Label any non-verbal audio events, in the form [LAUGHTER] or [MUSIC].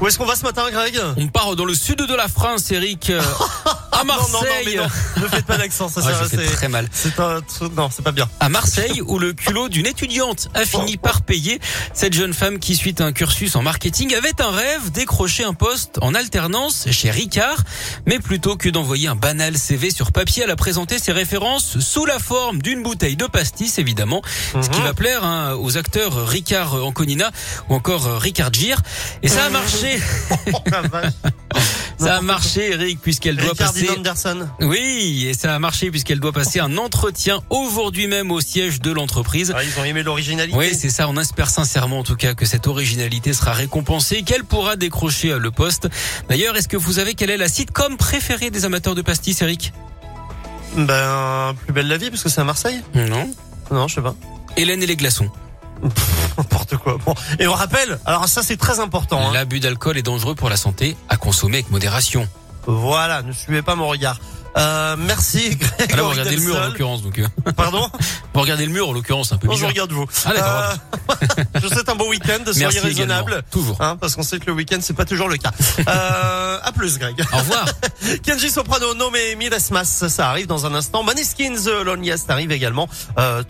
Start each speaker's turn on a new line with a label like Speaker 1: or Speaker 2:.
Speaker 1: Où est-ce qu'on va ce matin, Greg
Speaker 2: On part dans le sud de la
Speaker 1: [LAUGHS]
Speaker 2: France, Eric, euh, à Marseille.
Speaker 1: Non, non, non, mais non, ne faites pas d'accent,
Speaker 2: [LAUGHS]
Speaker 1: ça,
Speaker 2: Ah,
Speaker 1: ça,
Speaker 2: je fais
Speaker 1: c'est
Speaker 2: très mal.
Speaker 1: c'est un truc. Non, c'est pas bien.
Speaker 2: À Marseille, où le culot d'une étudiante a fini par payer, cette jeune femme qui suit un cursus en marketing avait un rêve décrocher un poste en alternance chez Ricard, mais plutôt que d'envoyer un banal CV sur papier, elle a présenté ses références sous la forme d'une bouteille de pastis, évidemment, ce qui
Speaker 1: Mhm.
Speaker 2: va plaire hein, aux acteurs Ricard Anconina ou encore euh, Ricard Gir, et ça a marché.
Speaker 1: [LAUGHS] Oh, la
Speaker 2: [LAUGHS]
Speaker 1: vache.
Speaker 2: Ça a marché, Eric, puisqu'elle doit
Speaker 1: Ricardo
Speaker 2: passer.
Speaker 1: Anderson.
Speaker 2: Oui, et ça a marché puisqu'elle doit passer un entretien aujourd'hui même au siège de l'entreprise.
Speaker 1: Ah, ils ont aimé l'originalité.
Speaker 2: Oui, c'est ça. On espère sincèrement, en tout cas, que cette originalité sera récompensée, qu'elle pourra décrocher euh, le poste. D'ailleurs, est-ce que vous savez quelle est la sitcom préférée des amateurs de pastis, Eric
Speaker 1: Ben, plus belle la vie, parce que c'est à Marseille.
Speaker 2: Non.
Speaker 1: Non, je sais pas. [LAUGHS]
Speaker 2: Hélène et les glaçons.
Speaker 1: N'importe quoi. Bon. Et on rappelle, alors ça, c'est très important. hein.
Speaker 2: L'abus d'alcool est dangereux pour la santé, à consommer avec modération.
Speaker 1: Voilà, ne suivez pas mon regard. Euh, merci, Greg.
Speaker 2: Alors, regardez le mur, en
Speaker 1: Delsol.
Speaker 2: l'occurrence. Donc, euh,
Speaker 1: Pardon
Speaker 2: vous regardez [LAUGHS] le mur, en l'occurrence, c'est un peu
Speaker 1: Non, je vous
Speaker 2: bizarre.
Speaker 1: regarde vous.
Speaker 2: Ah, d'accord.
Speaker 1: Euh, [LAUGHS] je vous souhaite un bon week-end, soyez
Speaker 2: Merci également.
Speaker 1: raisonnable.
Speaker 2: Toujours.
Speaker 1: Hein, parce qu'on sait que le week-end, c'est pas toujours le cas. Euh, à plus, Greg. [LAUGHS]
Speaker 2: Au revoir.
Speaker 1: Kenji Soprano, nommé Miles Mas, ça arrive dans un instant. Maniskin, The Loneliest arrive également. Euh, tout